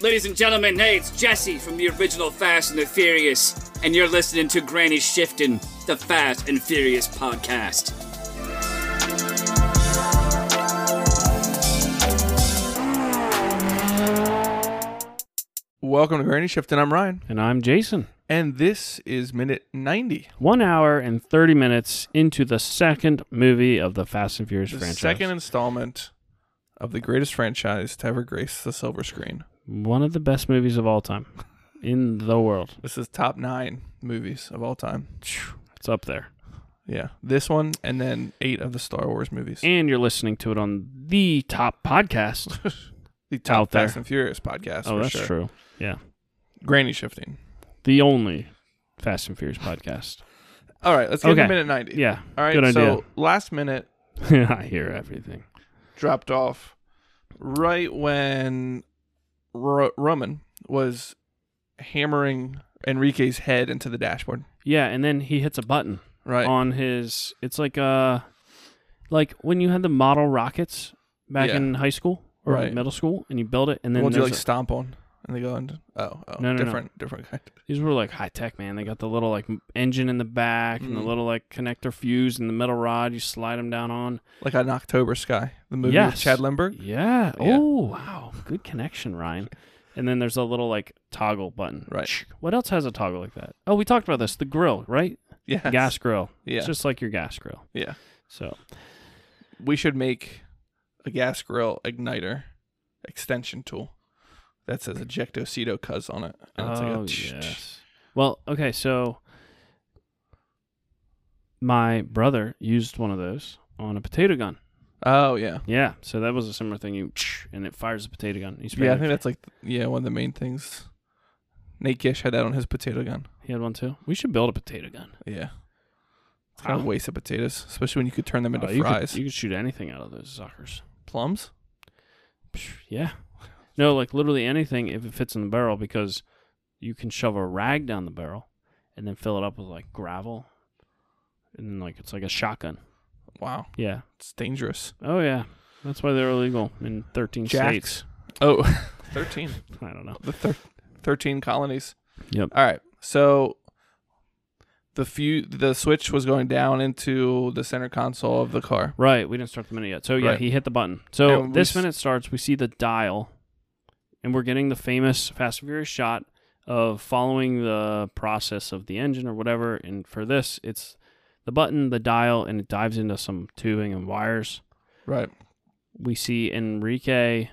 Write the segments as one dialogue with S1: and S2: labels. S1: Ladies and gentlemen, hey, it's Jesse from the original Fast and the Furious, and you're listening to Granny Shifting, the Fast and Furious podcast.
S2: Welcome to Granny Shift, and I'm Ryan.
S3: And I'm Jason.
S2: And this is minute 90,
S3: One hour and 30 minutes into the second movie of the Fast and Furious
S2: the
S3: franchise.
S2: second installment of the greatest franchise to ever grace the silver screen.
S3: One of the best movies of all time in the world.
S2: This is top nine movies of all time.
S3: It's up there.
S2: Yeah, this one, and then eight of the Star Wars movies.
S3: And you're listening to it on the top podcast.
S2: the top
S3: out there.
S2: Fast and Furious podcast.
S3: oh,
S2: for
S3: that's
S2: sure.
S3: true. Yeah.
S2: Granny Shifting.
S3: The only Fast and Furious podcast.
S2: All right, let's get
S3: Okay.
S2: to minute 90.
S3: Yeah.
S2: All right,
S3: Good idea.
S2: so last minute
S3: I hear everything.
S2: dropped off right when R- Roman was hammering Enrique's head into the dashboard.
S3: Yeah. And then he hits a button
S2: Right.
S3: on his. It's like uh, like when you had the model rockets back
S2: Yeah.
S3: in high school or
S2: Right.
S3: middle school and you build it and then
S2: what do you
S3: there's
S2: like
S3: a-
S2: stomp on? And they go and oh, oh,
S3: No, no, no.
S2: different, different kind.
S3: These were like high tech, man. They got the little like m- engine in the back and the
S2: Mhm.
S3: little like connector fuse and the metal rod you slide them down on.
S2: Like an October Sky, the movie
S3: Yes.
S2: with Chad Lindbergh.
S3: Yeah.
S2: Yeah.
S3: Oh, wow. Good connection, Ryan. And then there's a little like toggle button.
S2: Right.
S3: What else has a toggle like that? Oh, we talked about this. The grill, right?
S2: Yeah,
S3: Gas grill.
S2: Yeah,
S3: It's just like your gas grill.
S2: yeah.
S3: So,
S2: We should make a gas grill igniter extension tool that says ejecto ceto cuz on it. And it's like a
S3: oh,
S2: tsh, tsh.
S3: yes. Well, okay. So, my brother used one of those on a potato gun.
S2: Oh yeah.
S3: Yeah. So, that was a similar thing. You and it fires a potato gun. He's
S2: Yeah, I think that's like yeah one of the main things. Nate Gish had that on his potato gun.
S3: He had one too. We should build a potato gun.
S2: Yeah, it's kind of
S3: Wow.
S2: a waste of potatoes, especially when you could turn them into
S3: Oh, you,
S2: fries.
S3: could, you could shoot anything out of those suckers.
S2: Plums?
S3: Psh, Yeah. No, like literally anything if it fits in the barrel because you can shove a rag down the barrel and then fill it up with like gravel. And then like it's like a shotgun.
S2: Wow,
S3: Yeah.
S2: it's dangerous.
S3: Oh yeah. That's why they're illegal in 13
S2: Jacks. Oh, 13.
S3: states. I don't know.
S2: the thir- 13 colonies.
S3: Yep.
S2: All right. So the few the switch was going down into the center console of the car.
S3: Right, we didn't start the minute yet. So yeah,
S2: Right.
S3: he hit the button. So
S2: And we
S3: this
S2: s-
S3: minute starts, we see the dial, and we're getting the famous Fast and Furious shot of following the process of the engine or whatever. And for this, it's the button, the dial, and it dives into some tubing and wires.
S2: Right.
S3: We see Enrique,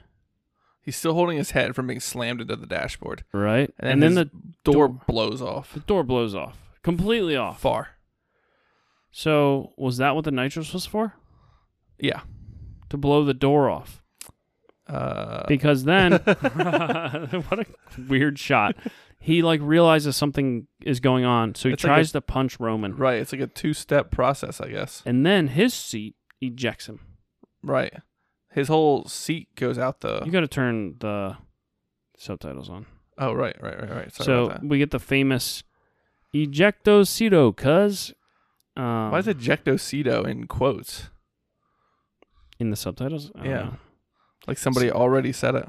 S2: He's still holding his head from being slammed into the dashboard.
S3: right?
S2: And then
S3: And, then,
S2: his
S3: the,
S2: Door,
S3: Door.
S2: blows off.
S3: the door blows off. Completely off.
S2: Far.
S3: So was that what the nitrous was for?
S2: Yeah.
S3: To blow the door off.
S2: Uh,
S3: because then what a weird shot he like realizes something is going on so he
S2: It's like
S3: tries to punch roman
S2: right. It's like a two step process, I guess.
S3: and then his seat ejects him
S2: Right. His whole seat goes out the.
S3: you gotta turn the subtitles on
S2: oh, right, right, right, right. Sorry
S3: so
S2: about that.
S3: we get the famous ejecto cito cuz um,
S2: Why is ejecto ceto in quotes?
S3: in the subtitles I don't
S2: Yeah.
S3: know.
S2: Like somebody already said it.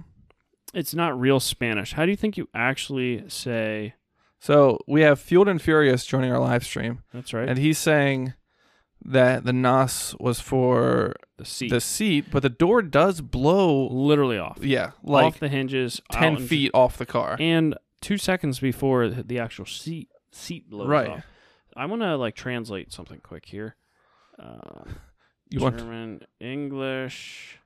S3: it's not real spanish how do you think you actually say
S2: So we have Fueled and Furious joining our live stream,
S3: that's right
S2: and he's saying that the nos was for
S3: the seat
S2: the seat, but the door does blow.
S3: literally off
S2: Yeah, like
S3: off the hinges out
S2: ten
S3: into-
S2: feet off the car.
S3: and two seconds before th- the actual seat seat blows
S2: Right.
S3: off. I want to like translate something quick here. Uh,
S2: You want
S3: German, English,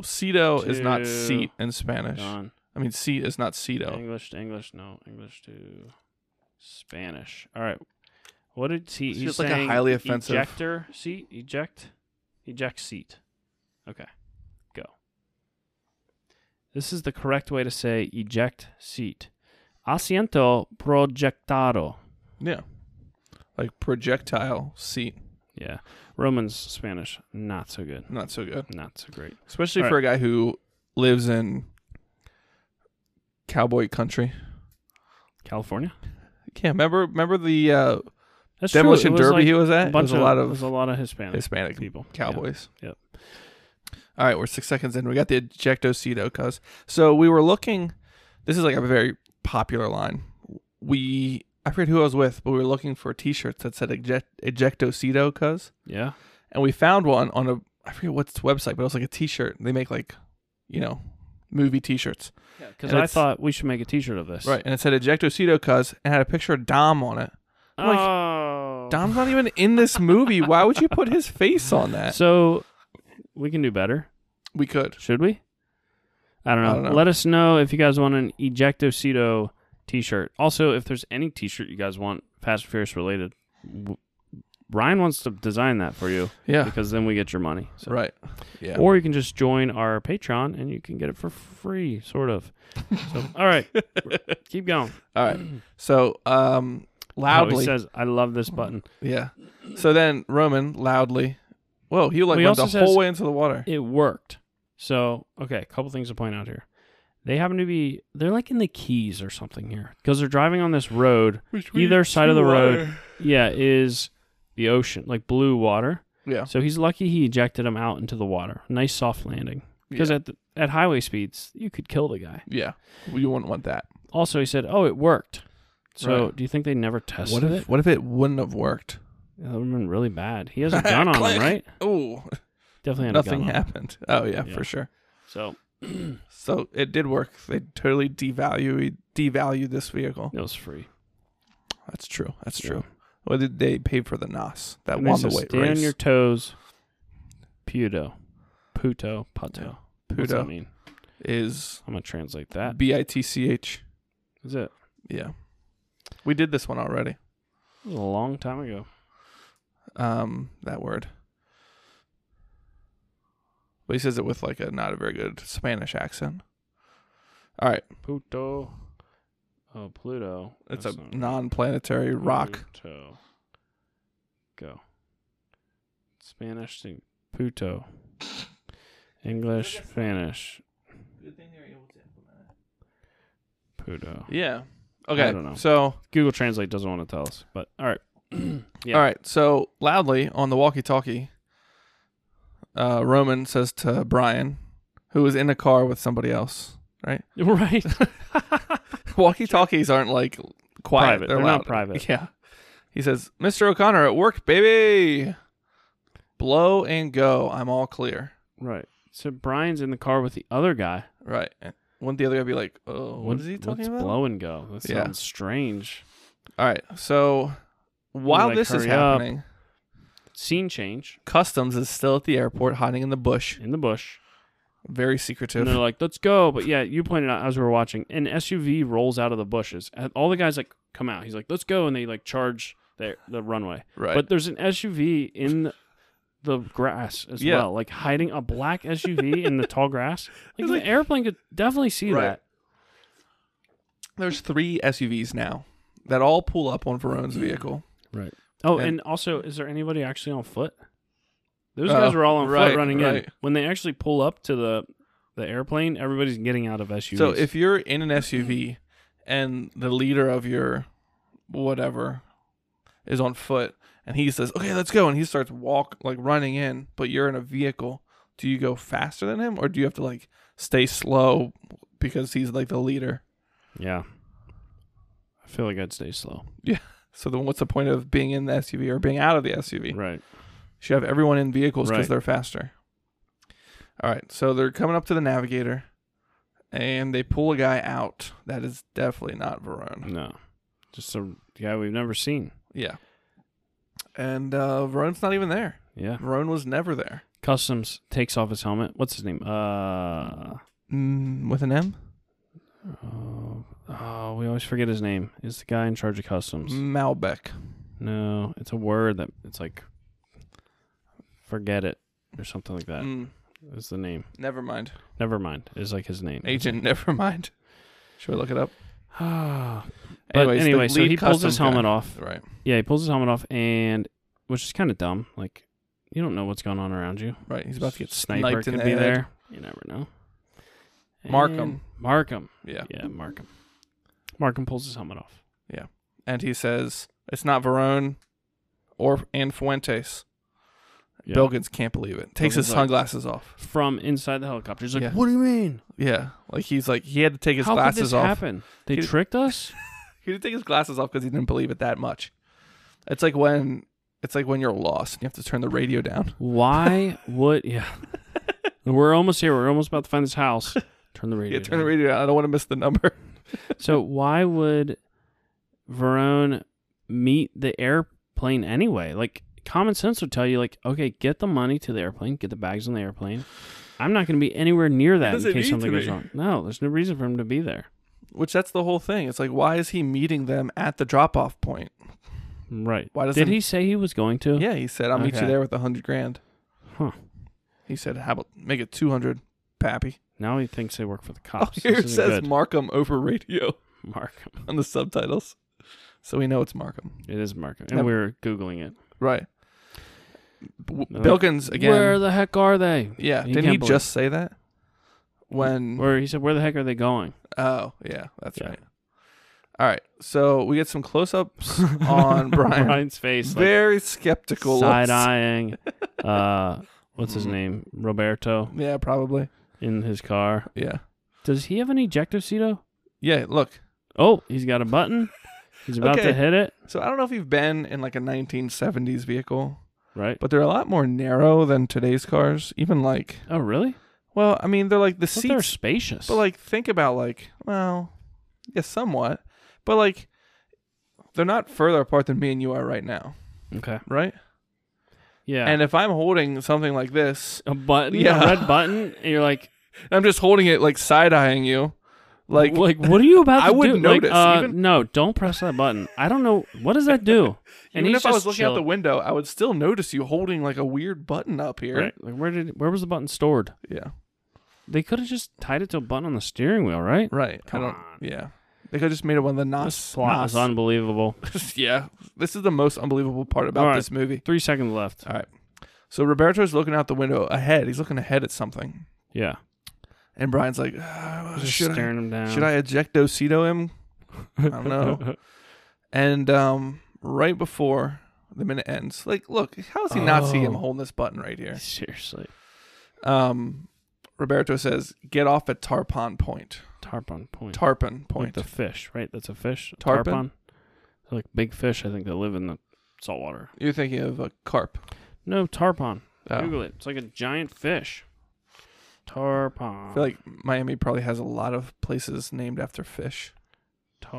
S2: ceto is not
S3: to-
S2: seat in Spanish.
S3: done.
S2: I mean, seat is not ceto.
S3: English to English, no English to Spanish. All right, what did he?
S2: It's
S3: he's
S2: just like a
S3: saying
S2: highly offensive-
S3: Ejector seat, eject, eject seat. Okay, go. This is the correct way to say eject seat. Asiento proyectado.
S2: Yeah, like projectile seat.
S3: Yeah. Roman's Spanish, not so good.
S2: Not so good,
S3: Not so great.
S2: especially
S3: All
S2: for a guy who lives in cowboy country.
S3: California?
S2: Yeah, remember remember the uh,
S3: That's true.
S2: demolition
S3: It was
S2: derby
S3: like
S2: he was
S3: a
S2: at?
S3: bunch
S2: There's a lot
S3: it was
S2: of
S3: a lot of Hispanic
S2: Hispanic
S3: people. Yeah.
S2: Cowboys.
S3: Yep.
S2: All right, we're six seconds in. We got the ejecto cedo cuz. So we were looking This is like a very popular line. We I forget who I was with, but we were looking for T-shirts that said eject, "Ejectocito," cuz,
S3: Yeah.
S2: and we found one on a I forget what's the website, but it was like a T-shirt. They make like, you know, movie T-shirts,
S3: Because
S2: And
S3: I
S2: it's-
S3: thought we should make a T-shirt of this.
S2: right? And it said "Ejectocito," cuz, and had a picture of Dom on it. I'm like,
S3: oh.
S2: Dom's not even in this movie. Why would you put his face on that?
S3: So we can do better.
S2: We could.
S3: Should we? I don't know.
S2: I don't know.
S3: Let us know if you guys want an Ejectocito T-shirt. Also, if there's any T-shirt you guys want Fast and Furious related, w- Ryan wants to design that for you
S2: Yeah.
S3: because then we get your money. So.
S2: Right. Yeah.
S3: Or you can just join our Patreon and you can get it for free, sort of. So, all right, keep going.
S2: All right. So, um,
S3: Oh, he
S2: loudly.
S3: says, "I love this button."
S2: yeah. So then Roman loudly. Whoa, he
S3: Well,
S2: like
S3: he
S2: went the
S3: also
S2: whole
S3: says-
S2: way into the water.
S3: It worked. So, okay, a couple things to point out here. They happen to be they're like in the Keys or something here because they're driving on this road. Either side of the road, yeah, is the ocean, like blue water.
S2: Yeah.
S3: So he's lucky he ejected him out into the water. Nice soft landing. Because
S2: yeah.
S3: at the, at highway speeds, you could kill the guy.
S2: yeah. Well, you wouldn't want that.
S3: Also, he said, "Oh, it worked." So,
S2: Right.
S3: do you think they never tested
S2: What if
S3: it?
S2: what if it wouldn't have worked?
S3: Yeah, that would have been really bad. He has a gun on him,
S2: Click.
S3: right?
S2: Oh,
S3: Definitely had a
S2: nothing
S3: gun on him.
S2: happened. Oh yeah,
S3: Yeah.
S2: for sure.
S3: So
S2: So it did work. They totally devalued devalued this vehicle.
S3: it was free.
S2: That's true. That's
S3: Yeah.
S2: true. Well, did they pay for the NOS that
S3: And
S2: won
S3: it
S2: the
S3: says,
S2: weight
S3: Stay on
S2: race?
S3: your toes. Puto. Puto. Puto.
S2: Yeah.
S3: What's that
S2: Puto
S3: mean?
S2: is
S3: I'm going to translate that.
S2: B I T C H.
S3: Is it?
S2: Yeah, we did this one already.
S3: It was a long time ago.
S2: um that word. But he says it with like a not a very good Spanish accent. All right,
S3: Puto. Oh, Pluto.
S2: it's
S3: That's
S2: a
S3: not right.
S2: non-planetary rock.
S3: Puto. Go. Spanish to Puto. English, Spanish, Puto.
S2: Yeah. Okay.
S3: I don't know.
S2: So,
S3: Google Translate doesn't want to tell us, but all right. yeah.
S2: all right. So loudly on the walkie-talkie, uh, Roman says to Brian, who was in a car with somebody else, right?
S3: Right.
S2: Walkie-talkies aren't like quiet.
S3: Private.
S2: They're,
S3: They're not
S2: loud.
S3: private.
S2: Yeah. He says, "Mr. O'Connor, at work, baby. Blow and go. I'm all clear."
S3: right. So Brian's in the car with the other guy.
S2: Right. And wouldn't the other guy be like, "Oh, what is he
S3: what's
S2: talking about?"
S3: blow and go? That
S2: Yeah.
S3: sounds strange.
S2: All right. So while
S3: Like,
S2: this is
S3: hurry up.
S2: happening,
S3: Scene change
S2: customs is still at the airport, hiding in the bush,
S3: in the bush.
S2: very
S3: And
S2: secretive.
S3: they're like, let's go. But yeah, you pointed out as we were watching, an SUV rolls out of the bushes. And all the guys like come out. He's like, let's go. And they like charge the, the runway.
S2: right.
S3: But there's an SUV in the grass as
S2: Yeah.
S3: well, like hiding a black SUV in the tall grass. Like,
S2: It's like-
S3: an airplane could definitely see
S2: Right.
S3: that.
S2: There's three SUVs now that all pull up on Verone's vehicle.
S3: Right. Oh,
S2: And-
S3: and, also, is there anybody actually on foot? Those
S2: Oh,
S3: guys were all on
S2: right,
S3: foot running
S2: right.
S3: in. When they actually pull up to the the airplane, everybody's getting out of SUVs.
S2: So if you're in an SUV and the leader of your whatever is on foot and he says, "Okay, let's go," and he starts walk like running in, but you're in a vehicle, do you go faster than him or do you have to like stay slow because he's like the leader?
S3: yeah, I feel like I'd stay slow.
S2: So then what's the point of being in the SUV or being out of the SUV?
S3: Right.
S2: should have everyone in vehicles because
S3: Right.
S2: they're faster. All right, so they're coming up to the navigator, and they pull a guy out. That is definitely not Verone.
S3: No, just a guy we've never seen.
S2: Yeah, and uh, Verone's not even there.
S3: Yeah.
S2: Verone was never there.
S3: Customs takes off his helmet. What's his name? Uh.
S2: Mm, with an M,
S3: Oh, oh, we always forget his name. Is the guy in charge of customs?
S2: Mm. Malbec.
S3: No, it's a word that it's like forget it or something like that.
S2: Mm,
S3: Is the name?
S2: never mind.
S3: Never mind. Is like his name.
S2: Agent, never mind. Should we look it up?
S3: but anyway,
S2: Anyways, the
S3: so
S2: lead
S3: he pulls his
S2: customs guy-
S3: helmet off.
S2: Right.
S3: Yeah, he pulls his helmet off, and which is kind of dumb. Like you don't know what's going on around you.
S2: Right. He's about to get
S3: sniper
S2: sniped in
S3: could
S2: the
S3: be
S2: head.
S3: there. You never know.
S2: Mark 'em.
S3: And Mark him.
S2: Yeah.
S3: Yeah, mark him. Mark him pulls his helmet off.
S2: and he says it's not Verone or and Fuentes.
S3: Yeah.
S2: Belkins can't believe it. Takes his
S3: Belkin's like-
S2: sunglasses off.
S3: from inside the helicopter. He's like,
S2: Yeah.
S3: "What do you mean?
S2: Yeah, like he's like he had to take his
S3: How could
S2: glasses
S3: this
S2: off.
S3: happen? They
S2: He-
S3: tricked us."
S2: He had to take his glasses off because he didn't believe it that much. It's like when it's like when you're lost and you have to turn the radio down.
S3: Why would yeah? We're almost here. We're almost about to find this house. Turn the radio.
S2: Yeah, turn the
S3: down.
S2: radio down. I don't want to miss the number.
S3: So why would Verone meet the airplane anyway? Like common sense would tell you, like, okay, get the money to the airplane, get the bags on the airplane. I'm not going to be anywhere near that in
S2: doesn't
S3: case
S2: need
S3: something
S2: to
S3: goes
S2: be.
S3: wrong. No, there's no reason for him to be there.
S2: Which that's the whole thing. It's like why is he meeting them at the drop off point?
S3: Right.
S2: Why doesn't
S3: Did he say he was going to?
S2: Yeah, he said I'll meet
S3: Okay.
S2: you there with a hundred grand.
S3: Huh.
S2: He said how about make it two hundred, pappy.
S3: Now he thinks they work for the
S2: Oh,
S3: cops.
S2: here
S3: This
S2: it
S3: isn't
S2: says
S3: good.
S2: Markham over radio
S3: Mark.
S2: on the subtitles, so we know it's Markham.
S3: It is Mark. And
S2: Yep.
S3: we were Googling it.
S2: Right. B-
S3: No.
S2: Bilkins again.
S3: Where the heck are they?
S2: yeah,
S3: He
S2: didn't he
S3: can't believe-
S2: just say that? When
S3: Where he said, where the heck are they going?
S2: oh yeah, that's
S3: Yeah.
S2: right. All right, so we get some close-ups on Brian.
S3: Brian's face. like,
S2: Very skeptical. looks.
S3: side eyeing. Uh, what's his
S2: Mhm.
S3: name? Roberto
S2: Yeah, probably.
S3: in his car.
S2: Yeah.
S3: Does he have an ejectocito?
S2: Yeah. Look.
S3: Oh, he's got a button. He's about to
S2: Okay.
S3: hit it.
S2: So I don't know if you've been in like a 1970s vehicle,
S3: Right.
S2: but they're a lot more narrow than today's cars. Even like,
S3: Oh, really?
S2: well, I mean, they're like the
S3: I thought they were
S2: seats
S3: spacious.
S2: But like, think about like, well, yeah, somewhat. But like, they're not further apart than me and you are right now,
S3: okay.
S2: right?
S3: Yeah.
S2: And if I'm holding something like this,
S3: a button,
S2: Yeah.
S3: a red button, and you're like,
S2: I'm just holding it like side eyeing you, like,
S3: like, like, what are you about to
S2: I would
S3: do? Like,
S2: notice,
S3: uh,
S2: even-
S3: no, don't press that button. I don't know what does that do.
S2: even
S3: he's
S2: if I was
S3: just
S2: looking out the
S3: chilling.
S2: window, I would still notice you holding like a weird button up here.
S3: Right. Like, where did where was the button stored?
S2: Yeah,
S3: They could have just tied it to a button on the steering wheel, right?
S2: right.
S3: Come
S2: I don't.
S3: on.
S2: Yeah, they could just made it one of the
S3: This
S2: nos.
S3: plot is
S2: nos-
S3: unbelievable.
S2: yeah, this is the most unbelievable part about
S3: All right.
S2: this movie.
S3: Three seconds left.
S2: All right. So Roberto's looking out the window ahead. He's looking ahead at something.
S3: Yeah.
S2: And Brian's like, "Ah,
S3: Just
S2: should, I,
S3: staring him down.
S2: should I ejectocito him? I don't know. and um, right before the minute ends, like, look, how does he not see him
S3: Oh.
S2: holding this button right here?
S3: Seriously.
S2: Um, Roberto says, get off at Tarpon Point.
S3: Tarpon point.
S2: Tarpon
S3: Like
S2: Point.
S3: the fish, right? That's a fish. a
S2: Tarpon?
S3: Tarpon. They're like big fish, I think, that live in the salt water.
S2: You're thinking of a carp.
S3: No, tarpon.
S2: Oh.
S3: Google it. It's like a giant fish. Tarpon.
S2: I feel like Miami probably has a lot of places named after fish.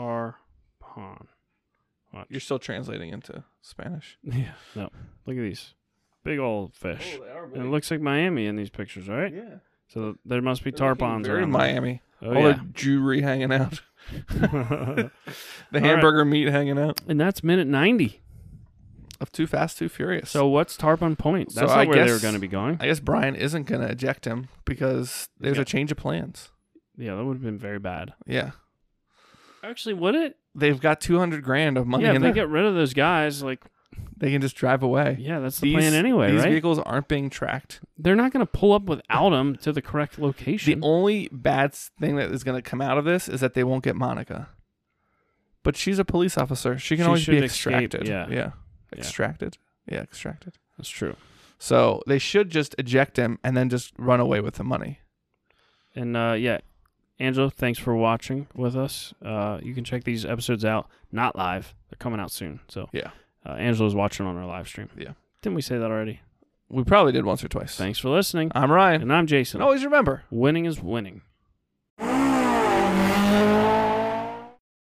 S3: tarpon. Watch.
S2: You're still translating into Spanish.
S3: yeah. No. Look at these. Big old fish.
S2: Oh, they are
S3: and it looks like Miami in these pictures, right?
S2: yeah.
S3: So there must be tarpons
S2: Very
S3: around. there.
S2: Miami.
S3: Oh,
S2: All
S3: yeah.
S2: the Jewry hanging out. The
S3: All right.
S2: hamburger meat hanging out.
S3: and that's minute 90.
S2: Of Too Fast, Too Furious.
S3: So what's tarpon point?
S2: So
S3: That's not
S2: I
S3: where they were
S2: guess-
S3: going to be going.
S2: I guess Brian isn't going to eject him because there's
S3: Yeah.
S2: a change of plans.
S3: Yeah, that would have been very bad.
S2: Yeah.
S3: Actually, would it?
S2: They've got 200 grand of money
S3: yeah, if
S2: in
S3: they
S2: there.
S3: get rid of those guys, like,
S2: they can just drive away.
S3: yeah, that's the plan anyway,
S2: these
S3: right?
S2: vehicles aren't being tracked.
S3: They're not going to pull up without them to the correct
S2: The
S3: location.
S2: only bad s- thing that is going to come out of this is that they won't get Monica. But she's a police officer. She can
S3: She
S2: always be
S3: should escape,
S2: extracted.
S3: yeah.
S2: yeah.
S3: Yeah.
S2: Extracted. Yeah, extracted.
S3: that's true.
S2: So they should just eject him and then just run away with the money.
S3: And uh, yeah, Angelo, thanks for watching with us. Uh, you can check these episodes out, not live. They're coming out soon. So
S2: Yeah.
S3: uh, Angelo's watching on our live stream.
S2: Yeah.
S3: Didn't we say that already?
S2: We probably did once or twice.
S3: Thanks for listening.
S2: I'm Ryan.
S3: And I'm Jason.
S2: And always remember.
S3: Winning is winning.